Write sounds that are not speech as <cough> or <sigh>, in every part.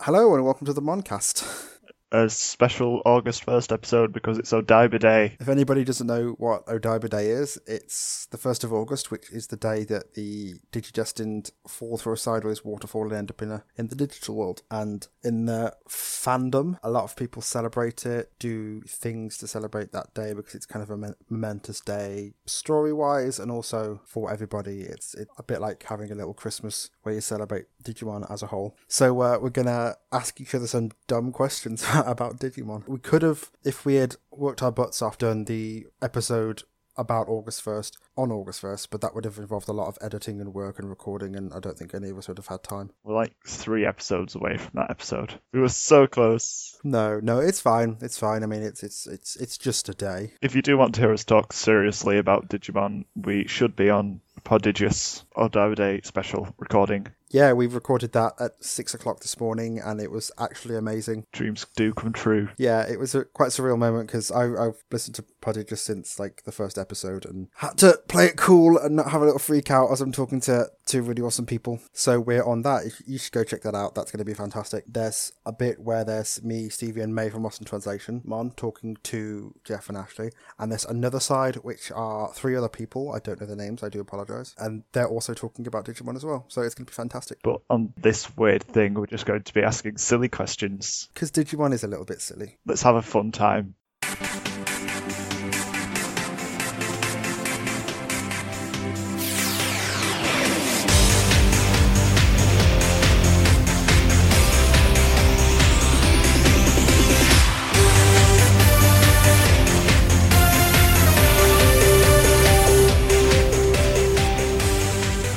Hello and welcome to the Moncast. A special August 1st episode because it's Odaiba Day. If anybody doesn't know what Odaiba Day is, it's the 1st of August, which is the day that the Digidestined fall through a sideways waterfall and end up in, a, in the digital world. And in the fandom, a lot of people celebrate it, do things to celebrate that day because it's kind of a men- momentous day, story wise, and also for everybody. It's it, a bit like having a little Christmas where you celebrate Digimon as a whole. So uh, we're going to ask each other some dumb questions <laughs> about Digimon. We could have, if we had worked our butts off, done the episode about August 1st on August 1st, but that would have involved a lot of editing and work and recording, and I don't think any of us would have had time. We're like three episodes away from that episode. We were so close. No, no, it's fine. It's fine. I mean, it's it's it's it's just a day. If you do want to hear us talk seriously about Digimon, we should be on Prodigious Odaiba Day special recording. Yeah, we recorded that at six o'clock this morning, and it was actually amazing. Dreams do come true. Yeah, it was a quite surreal moment because I've listened to Prodigious since like the first episode and had to play it cool and not have a little freak out as I'm talking to two really awesome people. So we're on that. You- You should go check that out. That's going to be fantastic. There's a bit where there's me, Stevie, and May from Austin Translation, Mon, talking to Jeff and Ashley. And there's another side, which are three other people. I don't know their names. I do apologize. And they're also talking about Digimon as well. So it's going to be fantastic. But on this weird thing, we're just going to be asking silly questions. Because Digimon is a little bit silly. Let's have a fun time.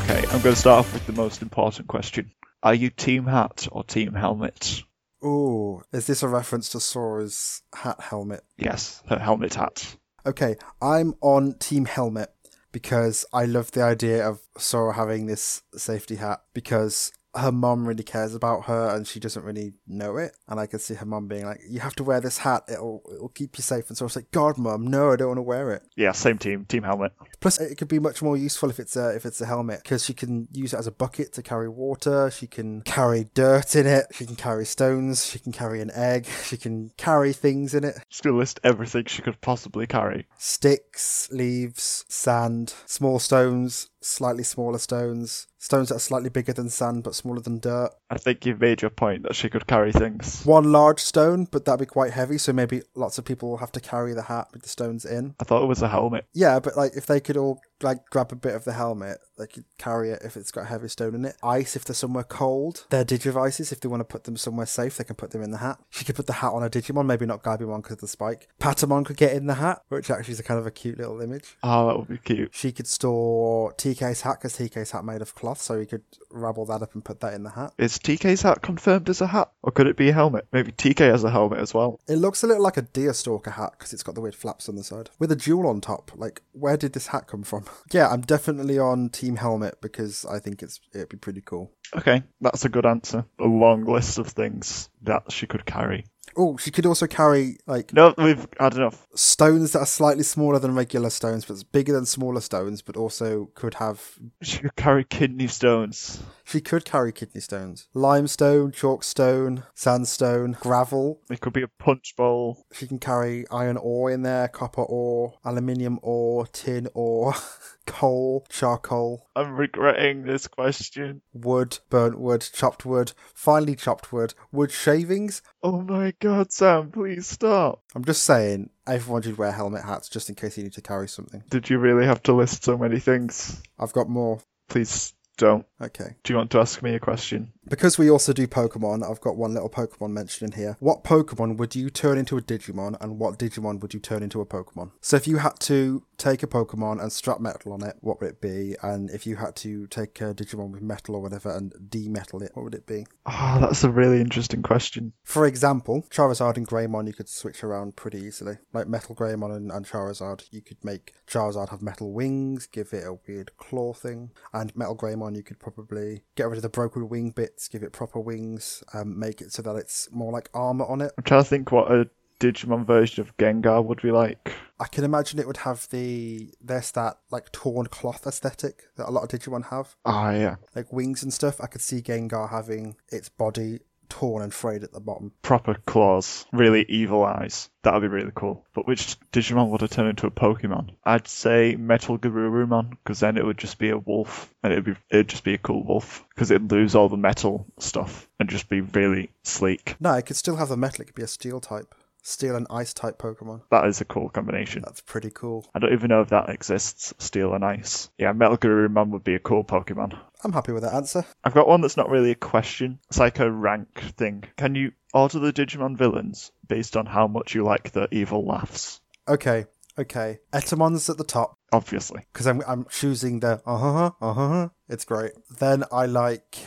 Okay, I'm going to start off with the most important question. Are you team hat or team helmet? Ooh, is this a reference to Sora's hat helmet? Yes, her helmet hat. Okay, I'm on Team Helmet because I love the idea of Sora having this safety hat because her mom really cares about her and she doesn't really know it. And I can see her mom being like, "You have to wear this hat. It'll it'll keep you safe." And Sora's like, "God, mom, no, I don't want to wear it." Yeah, same team, team helmet. Plus, it could be much more useful if it's a if it's a helmet because she can use it as a bucket to carry water. She can carry dirt in it. She can carry stones. She can carry an egg. <laughs> She can carry things in it. Just going to list everything she could possibly carry. sticks, leaves, sand, small stones, slightly smaller stones, stones that are slightly bigger than sand but smaller than dirt. I think you've made your point that she could carry things. One large stone, but that'd be quite heavy, so maybe lots of people will have to carry the hat with the stones in. I thought it was a helmet. Yeah, but like if they could all like grab a bit of the helmet, they could carry it if it's got a heavy stone in it. Ice if they're somewhere cold. Their digivices, if they want to put them somewhere safe, they can put them in the hat. She could put the hat on a Digimon, maybe not Gaibimon because of the spike. Patamon could get in the hat, which actually is a kind of a cute little image. Oh, that would be cute. She could store TK's hat because TK's hat made of cloth, so he could rub all that up and put that in the hat. Is TK's hat confirmed as a hat? Or could it be a helmet? Maybe TK has a helmet as well. It looks a little like a deer stalker hat because it's got the weird flaps on the side with a jewel on top. Like, where did this hat come from? <laughs> yeah, I'm definitely on Team Helmet because I think it's it'd be pretty cool. Okay, that's a good answer. A long list of things that she could carry. Oh, she could also carry like No, we've had enough. stones that are slightly smaller than regular stones, but it's bigger than smaller stones, but also could have. She could carry kidney stones. She could carry kidney stones, limestone, chalkstone, sandstone, gravel, It could be a punch bowl. She can carry iron ore in there, copper ore, aluminium ore, tin ore, <laughs> coal, charcoal, I'm regretting this question. wood, burnt wood, chopped wood, finely chopped wood, wood shavings. Oh my god, Sam, please stop. I'm just saying, everyone should wear helmet hats just in case you need to carry something. Did you really have to list so many things? I've got more. Please don't. Okay. Do you want to ask me a question? Because we also do Pokemon, I've got one little Pokemon mentioned in here. What Pokemon would you turn into a Digimon and what Digimon would you turn into a Pokemon? So if you had to take a Pokemon and strap metal on it, what would it be? And if you had to take a Digimon with metal or whatever and demetal it, what would it be? Ah, that's a really interesting question. For example, Charizard and Greymon you could switch around pretty easily. Like Metal Greymon and, and Charizard, you could make Charizard have metal wings, give it a weird claw thing. And Metal Greymon you could probably get rid of the broken wing bits, give it proper wings, um, make it so that it's more like armor on it. I'm trying to think what a Digimon version of Gengar would be like. I can imagine it would have the there's that like torn cloth aesthetic that a lot of Digimon have. Ah, yeah. Like wings and stuff. I could see Gengar having its body torn and frayed at the bottom. Proper claws, really evil eyes. That would be really cool. But which Digimon would have turned into a Pokemon? I'd say Metal Garurumon, because then it would just be a wolf, and it'd be it'd just be a cool wolf, because it'd lose all the metal stuff and just be really sleek. No, it could still have the metal. It could be a steel type, steel and ice type Pokemon. That is a cool combination. That's pretty cool. I don't even know if that exists. Steel and ice. Yeah, Metal Garurumon would be a cool Pokemon. I'm happy with that answer. I've got one that's not really a question. It's like a rank thing. Can you order the Digimon villains based on how much you like their evil laughs? Okay, okay. Etamon's at the top Obviously. because I'm I'm choosing the uh huh uh huh. It's great. Then I like.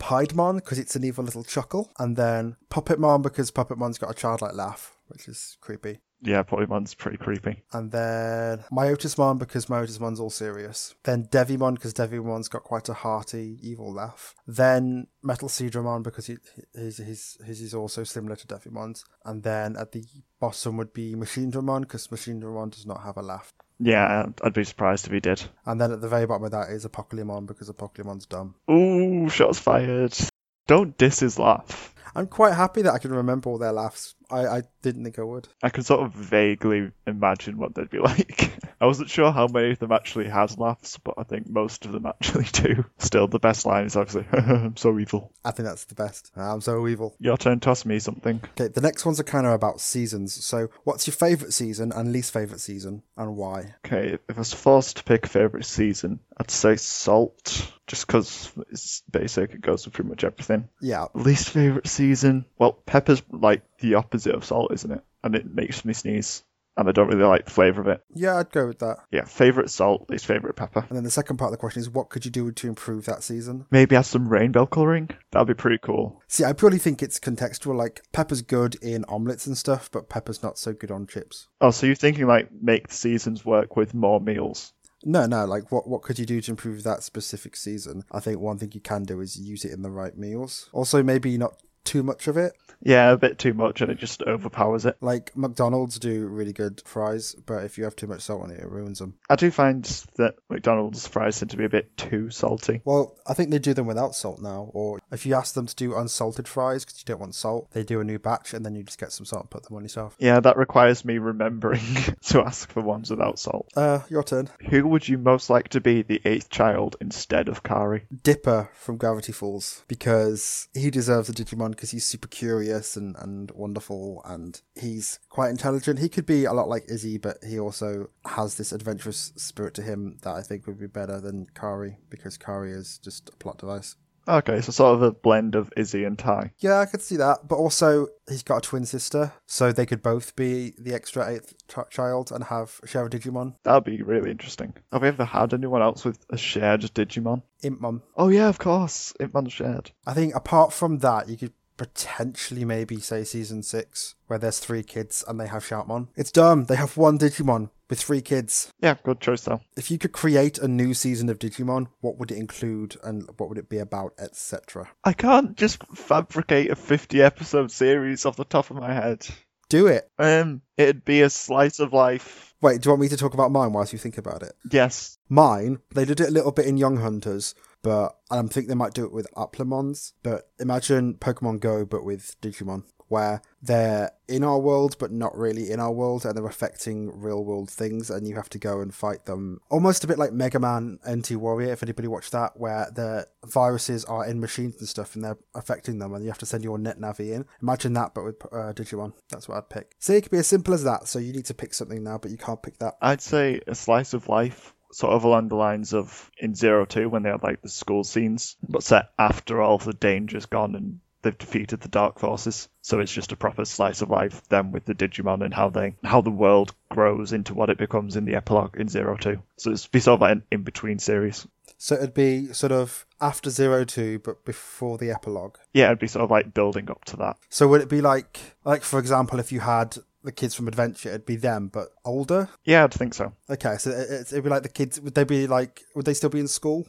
Piedmon because it's an evil little chuckle, and then Puppetmon because Puppetmon's got a childlike laugh, which is creepy. Yeah, Pokemon's pretty creepy. And then Myotismon because Myotismon's all serious. Then Devimon because Devimon's got quite a hearty, evil laugh. Then Metal Seedramon because he, his, his, his is also similar to Devimon's. And then at the bottom would be Machine Dramon because Machine Dramon does not have a laugh. Yeah, I'd- I'd be surprised if he did. And then at the very bottom of that is Apocalypse because Apocalypse dumb. Ooh, shots fired. Don't diss his laugh. I'm quite happy that I can remember all their laughs. I, I didn't think I would. I can sort of vaguely imagine what they'd be <laughs> like. I wasn't sure how many of them actually had laughs, but I think most of them actually <laughs> do. Still, the best line is obviously, <laughs> I'm so evil. I think that's the best. I'm so evil. Your turn, toss me something. Okay, the next ones are kind of about seasons. So, what's your favourite season and least favourite season, and why? Okay, if I was forced to pick favourite season, I'd say salt, just because it's basic, it goes with pretty much everything. Yeah, Least favorite season? Well, pepper's like the opposite of salt, isn't it? And it makes me sneeze, and I don't really like the flavor of it. yeah, I'd go with that. Yeah, favorite salt, least favorite pepper. And then the second part of the question is, what could you do to improve that season? Maybe add some rainbow coloring. That'd be pretty cool. See, I purely think it's contextual. Like, pepper's good in omelettes and stuff, but pepper's not so good on chips. Oh, so you're thinking like make the seasons work with more meals? No, no, like, what, what could you do to improve that specific season? I think one thing you can do is use it in the right meals. Also, maybe not too much of it. Yeah, a bit too much, and it just overpowers it. Like, McDonald's do really good fries, but if you have too much salt on it, it ruins them. I do find that McDonald's fries tend to be a bit too salty. Well, I think they do them without salt now. Or if you ask them to do unsalted fries because you don't want salt, they do a new batch and then you just get some salt and put them on yourself. Yeah, that requires me remembering <laughs> to ask for ones without salt. Uh, your turn. Who would you most like to be the eighth child instead of Kari? Dipper from Gravity Falls because he deserves a Digimon because he's super curious and, and wonderful and he's quite intelligent. He could be a lot like Izzy, but he also has this adventurous spirit to him that I think would be better than Kari because Kari is just a plot device. Okay, so sort of a blend of Izzy and Ty. Yeah, I could see that. But also, he's got a twin sister, so they could both be the extra eighth t- child and have share a Digimon. That'd be really interesting. Have we ever had anyone else with a shared Digimon? Imp Mom. Oh yeah, of course, Impmon shared. I think apart from that, you could potentially maybe say season six, where there's three kids and they have Shoutmon. It's dumb. They have one Digimon with three kids. Yeah, good choice though. If you could create a new season of Digimon, what would it include and what would it be about, etc.? I can't just fabricate a 50 episode series off the top of my head. Do it. Um, it'd be a slice of life. Wait, do you want me to talk about mine whilst you think about it? Yes. Mine, they did it a little bit in Young Hunters, but and I think they might do it with Uplemons. But imagine Pokemon Go, but with Digimon, where they're in our world, but not really in our world, and they're affecting real world things, and you have to go and fight them. Almost a bit like Mega Man NT Warrior, if anybody watched that, where the viruses are in machines and stuff, and they're affecting them, and you have to send your net navy in. Imagine that, but with uh, Digimon. That's what I'd pick. See, it could be as simple as that. So you need to pick something now, but you can't pick that. I'd say a slice of life, sort of along the lines of in Zero Two when they had like the school scenes, but set after all the danger's gone and they've defeated the dark forces. So it's just a proper slice of life, them with the Digimon and how they how the world grows into what it becomes in the epilogue in Zero Two. So it's be sort of like an in between series. So it'd be sort of after Zero Two, but before the epilogue. Yeah, it'd be sort of like building up to that. So would it be like, like for example, if you had the kids from Adventure, it'd be them, but older. Yeah, I'd think so. Okay, so it- it's- it'd be like the kids. Would they be like? Would they still be in school?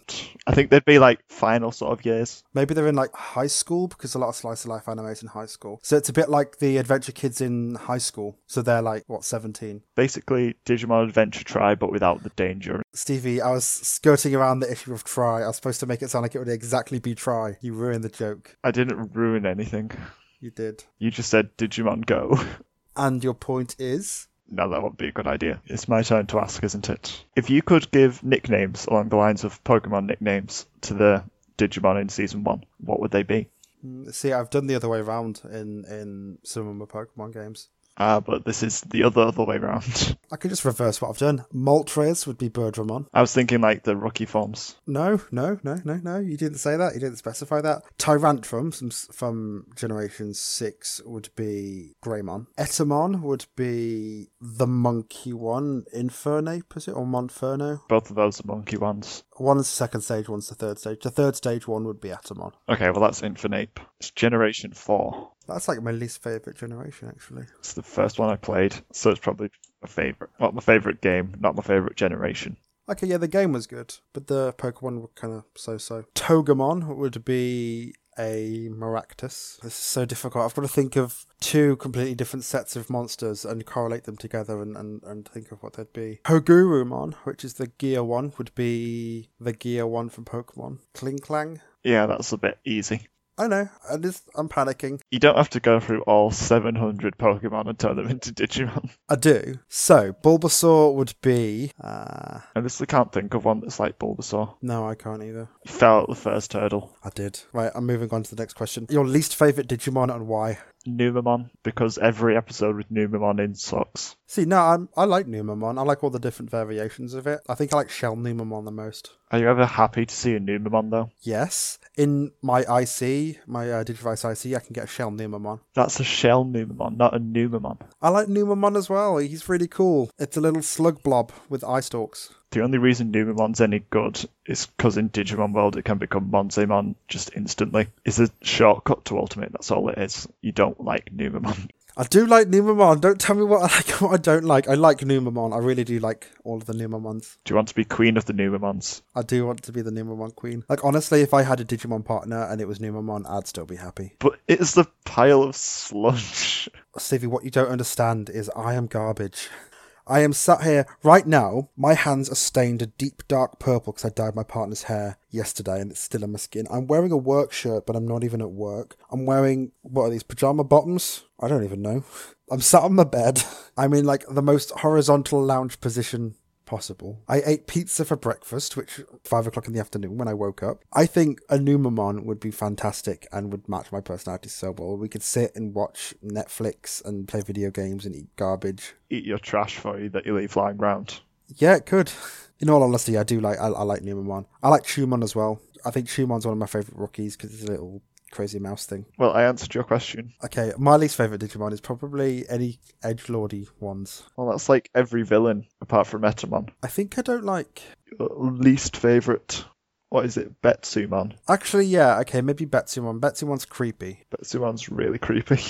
I think they'd be like final sort of years. Maybe they're in like high school because a lot of slice of life anime is in high school. So it's a bit like the Adventure Kids in high school. So they're like what seventeen. Basically, Digimon Adventure Tribe, but without the danger. Stevie, I was skirting around the issue of try. I was supposed to make it sound like it would exactly be try. You ruined the joke. I didn't ruin anything. You did. You just said Digimon Go. <laughs> And your point is No, that won't be a good idea. It's my turn to ask, isn't it? If you could give nicknames along the lines of Pokemon nicknames to the Digimon in season one, what would they be? see, I've done the other way around in in some of my Pokemon games. Ah, but this is the other other way round. I could just reverse what I've done. Moltres would be Birdramon. <laughs> I was thinking like the rookie forms. No, no, no, no, no. You didn't say that. You didn't specify that. Tyrantrum from, from Generation 6 would be Greymon. Etamon would be the monkey one, Infernape, is it? Or Monferno? Both of those are monkey ones. One's the second stage, one's the third stage. The third stage one would be Etamon. Okay, well that's Infernape. It's generation four. That's like my least favourite generation, actually. It's the first one I played, so it's probably my favorite. Not my favorite game, not my favorite generation. Okay, yeah, the game was good, but the Pokemon were kind of so-so. Togemon would be a Maractus. This is so difficult. I've got to think of two completely different sets of monsters and correlate them together and, and, and think of what they'd be. Hogurumon, which is the gear one, would be the gear one from Pokemon. Klinklang? Yeah, that's a bit easy. I know, I just, I'm panicking. You don't have to go through all 700 Pokemon and turn them into Digimon. <laughs> I do. So, Bulbasaur would be... Uh, I honestly can't think of one that's like Bulbasaur. no, I can't either. You fell at the first hurdle. I did. Right, I'm moving on to the next question. Your least favourite Digimon and why? Numamon, because every episode with Numamon in sucks. See, no, I'm, I like Numamon. I like all the different variations of it. I think I like Shell Numamon the most. Are you ever happy to see a Numamon though? Yes, in my IC, my uh, Digivice IC, I can get a Shell Numamon. That's a shell Numamon, not a Numamon. I like Numamon as well. He's really cool. It's a little slug blob with eye stalks. The only reason Numamon's any good is because in Digimon World it can become Monzemon just instantly. It's a shortcut to Ultimate, that's all it is. You don't like Numamon. <laughs> I do like Numamon. Don't tell me what I <laughs> like and what I don't like. I like Numamon. I really do like all of the Numamons. Do you want to be queen of the Numamons? I do want to be the Numamon queen. Like, honestly, if I had a Digimon partner and it was Numamon, I'd still be happy. But it's the pile of sludge. Stevie, what you don't understand is I am garbage. I am sat here right now. My hands are stained a deep dark purple because I dyed my partner's hair yesterday and it's still on my skin. I'm wearing a work shirt, but I'm not even at work. I'm wearing, what are these, pajama bottoms? I don't even know. <laughs> I'm sat on my bed. <laughs> I'm in like the most horizontal lounge position possible. I ate pizza for breakfast, which five o'clock in the afternoon when I woke up. I think a Numamon would be fantastic and would match my personality so well. We could sit and watch Netflix and play video games and eat garbage. Eat your trash for you that you leave lying round. Yeah, it could. In all honesty, I do like I, I like Numamon. I like Chumon as well. I think Chumon's one of my favorite rookies because it's a little crazy mouse thing. Well, I answered your question. Okay, my least favorite Digimon is probably any edge lordy ones. Well, that's like every villain apart from Metamon. I think I don't like. Your least favourite. What is it? Betsumon. Actually, yeah, okay, maybe Betsumon. Betsumon's creepy. Betsumon's really creepy. <laughs>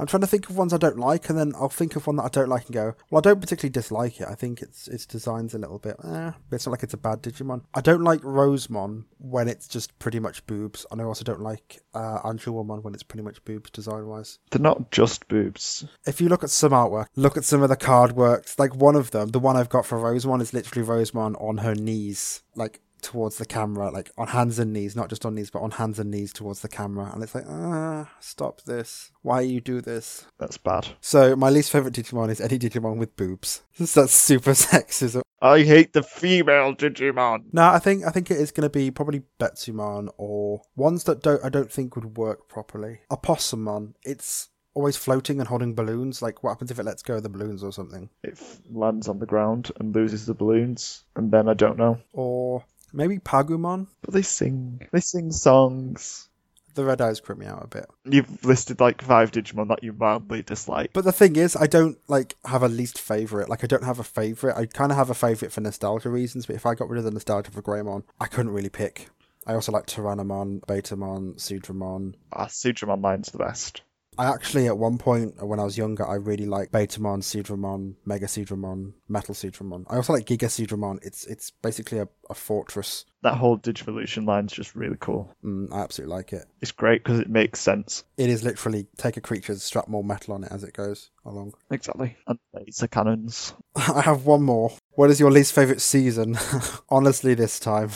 I'm trying to think of ones I don't like, and then I'll think of one that I don't like and go, well, I don't particularly dislike it. I think its its design's a little bit, eh, but it's not like it's a bad Digimon. I don't like Rosemon when it's just pretty much boobs, and I also don't like uh, Angelomon when it's pretty much boobs design wise. They're not just boobs. If you look at some artwork, look at some of the card works, like one of them, the one I've got for Rosemon is literally Rosemon on her knees, like towards the camera, like on hands and knees, not just on knees, but on hands and knees towards the camera. And it's like, ah, stop this. Why you do this? That's bad. So my least favorite Digimon is any Digimon with boobs. <laughs> That's super sexism. I hate the female Digimon. No, I think I think it is going to be probably Betsumon or ones that don't I don't think would work properly. Opossumon, it's always floating and holding balloons. Like what happens if it lets go of the balloons or something? It f- lands on the ground and loses the balloons, and then I don't know. Or maybe Pagumon. But they sing. They sing songs. The red eyes creep me out a bit. You've listed like five Digimon that you mildly dislike. But the thing is, I don't like have a least favorite. Like I don't have a favorite. I kind of have a favorite for nostalgia reasons. But if I got rid of the nostalgia for Greymon, I couldn't really pick. I also like Tyrannomon, Betamon, Sudramon. Ah, Sudramon line's the best. I actually, at one point uh, when I was younger, I really liked Betamon, Seedramon, Mega Seedramon, Metal Seedramon. I also like Giga Seedramon. It's it's basically a, a fortress. That whole Digivolution line's just really cool. Mm, I absolutely like it. It's great because it makes sense. It is literally take a creature, strap more metal on it as it goes along. <laughs> Exactly. And laser cannons. I have one more. What is your least favorite season? <laughs> Honestly, this time.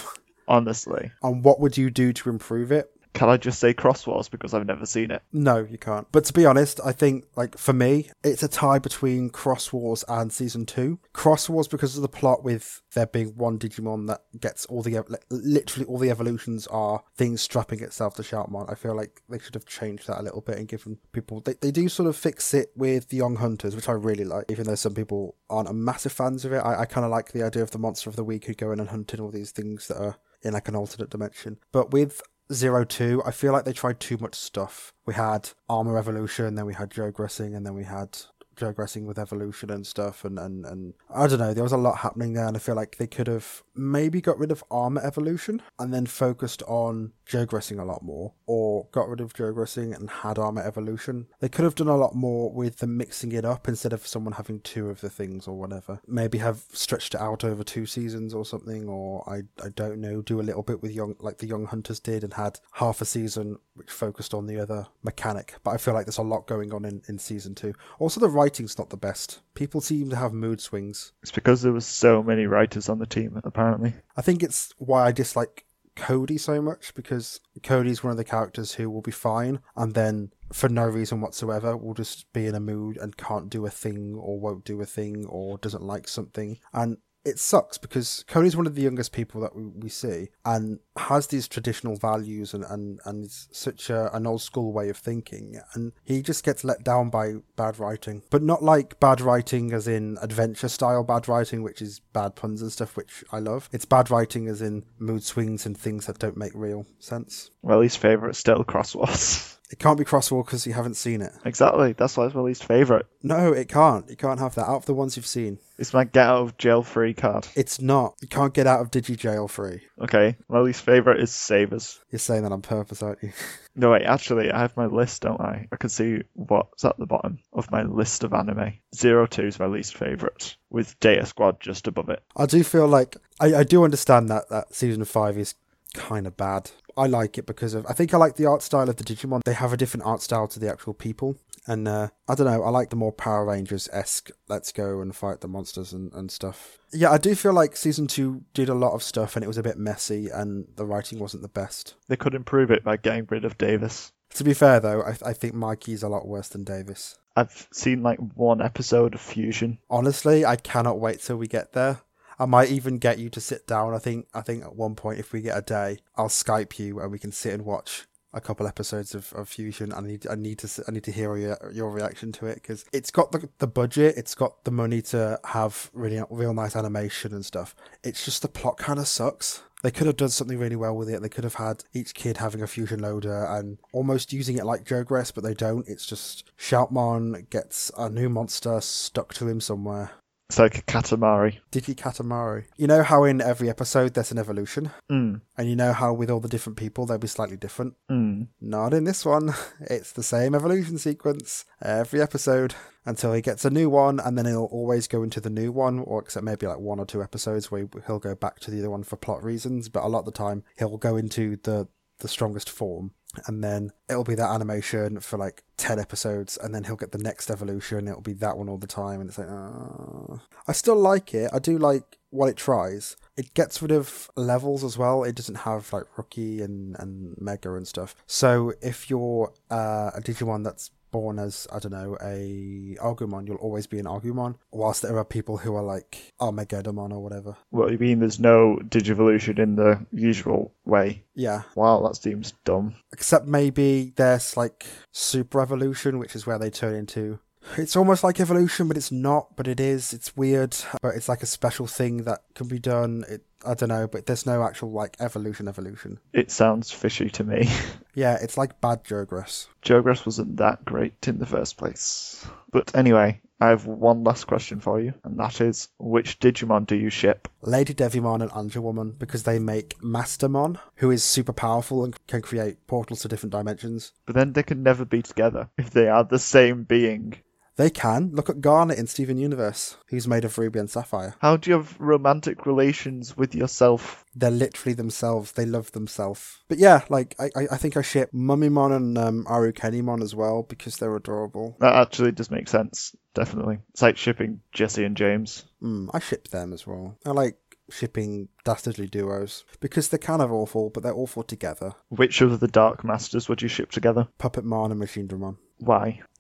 Honestly. And what would you do to improve it? Can I just say Crosswars because I've never seen it? No, you can't. But to be honest, I think, like, for me, it's a tie between Cross Wars and Season 2. Cross Wars, because of the plot with there being one Digimon that gets all the, ev- li- literally all the evolutions are things strapping itself to Sharpmon. I feel like they should have changed that a little bit and given people, they, they do sort of fix it with the Young Hunters, which I really like, even though some people aren't a massive fans of it. I, I kind of like the idea of the monster of the week who go in and hunting all these things that are in like an alternate dimension. But with Zero Two, I feel like they tried too much stuff. We had Armor Evolution, then we had Joe Gressing, and then we had Joe Gressing with Evolution and stuff, and, and, and I don't know, there was a lot happening there, and I feel like they could have maybe got rid of Armor Evolution and then focused on Joe Gressing a lot more, or got rid of Joe Gressing and had Armor Evolution. They could have done a lot more with them mixing it up instead of someone having two of the things or whatever. Maybe have stretched it out over two seasons or something, or I, I don't know, do a little bit with young like the Young Hunters did and had half a season which focused on the other mechanic. But I feel like there's a lot going on in, in season two. Also the writing's not the best. People seem to have mood swings. It's because there was so many writers on the team, apparently. I think it's why I dislike Cody so much because Cody's one of the characters who will be fine and then for no reason whatsoever will just be in a mood and can't do a thing or won't do a thing or doesn't like something and it sucks because Cody's one of the youngest people that we, we see and has these traditional values and, and, and is such a, an old school way of thinking. And he just gets let down by bad writing, but not like bad writing as in adventure style bad writing, which is bad puns and stuff, which I love. It's bad writing as in mood swings and things that don't make real sense. My least favourite still Crosswars. It can't be Crosswall because you haven't seen it. <laughs> exactly. That's why it's my least favourite. No, it can't. You can't have that out of the ones you've seen. It's my get out of jail free card. It's not. You can't get out of Digi Jail free. Okay. My least favourite is Savers. You're saying that on purpose, aren't you? No, wait, actually, I have my list, don't I? I can see what's at the bottom of my list of anime. Zero Two is my least favourite, with Data Squad just above it. I do feel like I, I do understand that that season five is kind of bad. I like it because of I think I like the art style of the Digimon. They have a different art style to the actual people, and uh, I don't know. I like the more Power Rangers esque. Let's go and fight the monsters and, and stuff. Yeah, I do feel like season two did a lot of stuff, and it was a bit messy, and the writing wasn't the best. They could improve it by getting rid of Davis. To be fair though, I, I think Mikey's a lot worse than Davis. I've seen like one episode of Fusion. Honestly, I cannot wait till we get there. I might even get you to sit down. I think I think at one point if we get a day, I'll Skype you and we can sit and watch a couple episodes of, of Fusion. I need I need to s- I need to hear your, your reaction to it because it's got the the budget, it's got the money to have really real nice animation and stuff. It's just the plot kind of sucks. They could have done something really well with it. They could have had each kid having a fusion loader and almost using it like Jogress, but they don't. It's just Shoutmon gets a new monster stuck to him somewhere. It's like a Katamari. Digi Katamari. You know how in every episode there's an evolution, Mm, and you know how with all the different people they'll be slightly different? mm. Not in this one. <laughs> It's the same evolution sequence every episode until he gets a new one, and then he'll always go into the new one, or except maybe like one or two episodes where he'll go back to the other one for plot reasons, but a lot of the time he'll go into the, the strongest form. And then it'll be that animation for like 10 episodes, and then he'll get the next evolution. It'll be that one all the time. And it's like, ah. I still like it. I do like what it tries. It gets rid of levels as well. It doesn't have like rookie and, and mega and stuff. So if you're uh, a Digimon that's born as I don't know a Argumon, you'll always be an Argumon. Whilst there are people who are like Armageddon or whatever. What do you mean there's no Digivolution in the usual way? Yeah, Wow, that seems dumb. except maybe there's like Super Evolution, which is where they turn into. It's almost like evolution, but it's not. But it is. It's weird. But it's like a special thing that can be done. It I don't know, but there's no actual like evolution evolution. It sounds fishy to me. <laughs> Yeah, it's like bad Jogress. Geograss wasn't that great in the first place. But anyway, I have one last question for you, and that is which Digimon do you ship? Lady Devimon and Angelwoman because they make Mastermon, who is super powerful and can create portals to different dimensions. But then they can never be together if they are the same being. They can look at Garnet in Steven Universe, who's made of ruby and sapphire. How do you have romantic relations with yourself? They're literally themselves. They love themselves. But yeah, like I, I, I think I ship Mummymon and um, Arukenimon as well because they're adorable. That actually does make sense, definitely. It's like shipping Jesse and James. Mm, I ship them as well. I like shipping dastardly duos because they're kind of awful, but they're awful together. Which of the Dark Masters would you ship together? Puppetmon and Machine Drummon. Why? <laughs>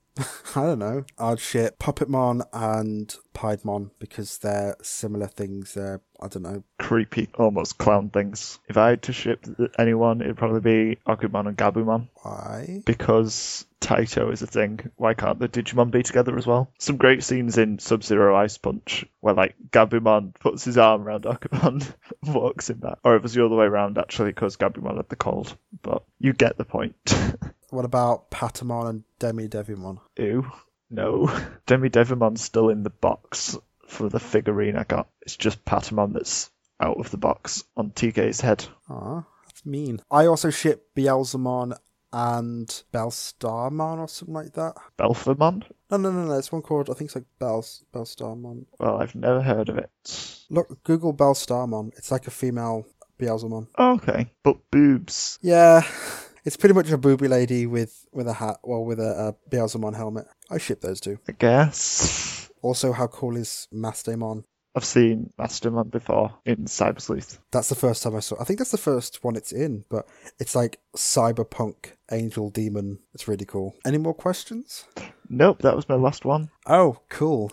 I don't know. I'd ship Puppetmon and Piedmon because they're similar things. They're, I don't know. Creepy, almost clown things. If I had to ship th- anyone, it'd probably be Agumon and Gabumon Why? because Taito is a thing. Why can't the Digimon be together as well? Some great scenes in Sub Zero Ice Punch where like Gabumon puts his arm around Agumon, and <laughs> walks in that, or it was the other way around actually because Gabumon had the cold. But you get the point. <laughs> What about Patamon and Demi Devimon? Ew. No. <laughs> Demi Devimon's still in the box for the figurine I got. It's just Patamon that's out of the box on TK's head. Ah, that's mean. I also ship Beelzemon and Belstarmon or something like that. Belphamon? No, no, no, no. It's one called I think it's like Bels Belstarmon. Well, I've never heard of it. Look, Google Belstarmon. It's like a female Beelzemon. Okay. But boobs. Yeah. <laughs> It's pretty much a booby lady with, with a hat, well, with a, a Beelzemon helmet. I ship those two. I guess. <laughs> Also, how cool is Mastamon? I've seen Masterman before in Cyber Sleuth. That's the first time I saw. I think that's the first one it's in, but it's like cyberpunk angel demon. It's really cool. Any more questions? Nope, that was my last one. Oh, cool.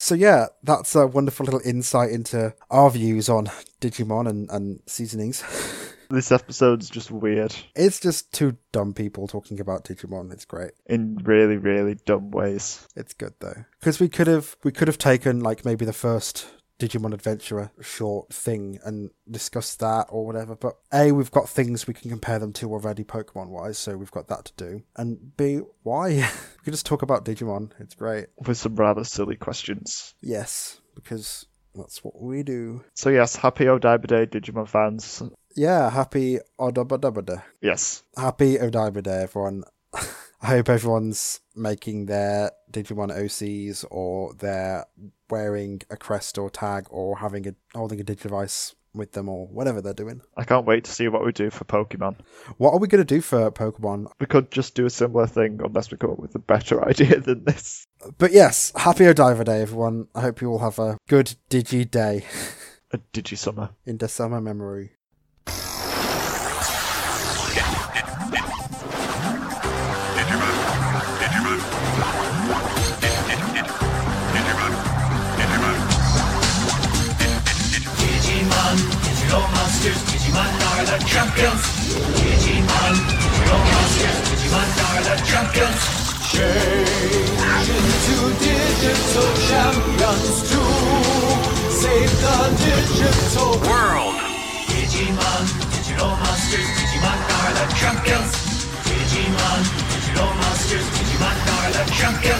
So yeah, that's a wonderful little insight into our views on Digimon and, and seasonings. <laughs> This episode's just weird It's just two dumb people talking about Digimon. It's great. in really, really dumb ways. It's good though, because we could have we could have taken like maybe the first Digimon Adventurer short thing and discussed that or whatever. But a we've got things we can compare them to already Pokemon wise, so we've got that to do. And b why <laughs> we could just talk about Digimon. It's great. With some rather silly questions. Yes, because that's what we do. So yes, happy Odaiba Day, Digimon fans. Yeah, happy Odabadabada. Yes. Happy Odaiba Day, everyone. <laughs> I hope everyone's making their Digimon OCs or they're wearing a crest or tag or having a holding a Digivice with them or whatever they're doing. I can't wait to see what we do for Pokemon. What are we gonna do for Pokemon? We could just do a similar thing unless we come up with a better <laughs> idea than this. But yes, happy Odaiba Day, everyone. I hope you all have a good Digi Day A Digi Summer. in December memory. Digimon, digital monsters, Digimon are the champions. Digimon, digital monsters, Digimon are the champions. Change into digital champions to save the digital world. Digimon, digital monsters, Digimon are the champions. Digimon, digital monsters, Digimon are the champions.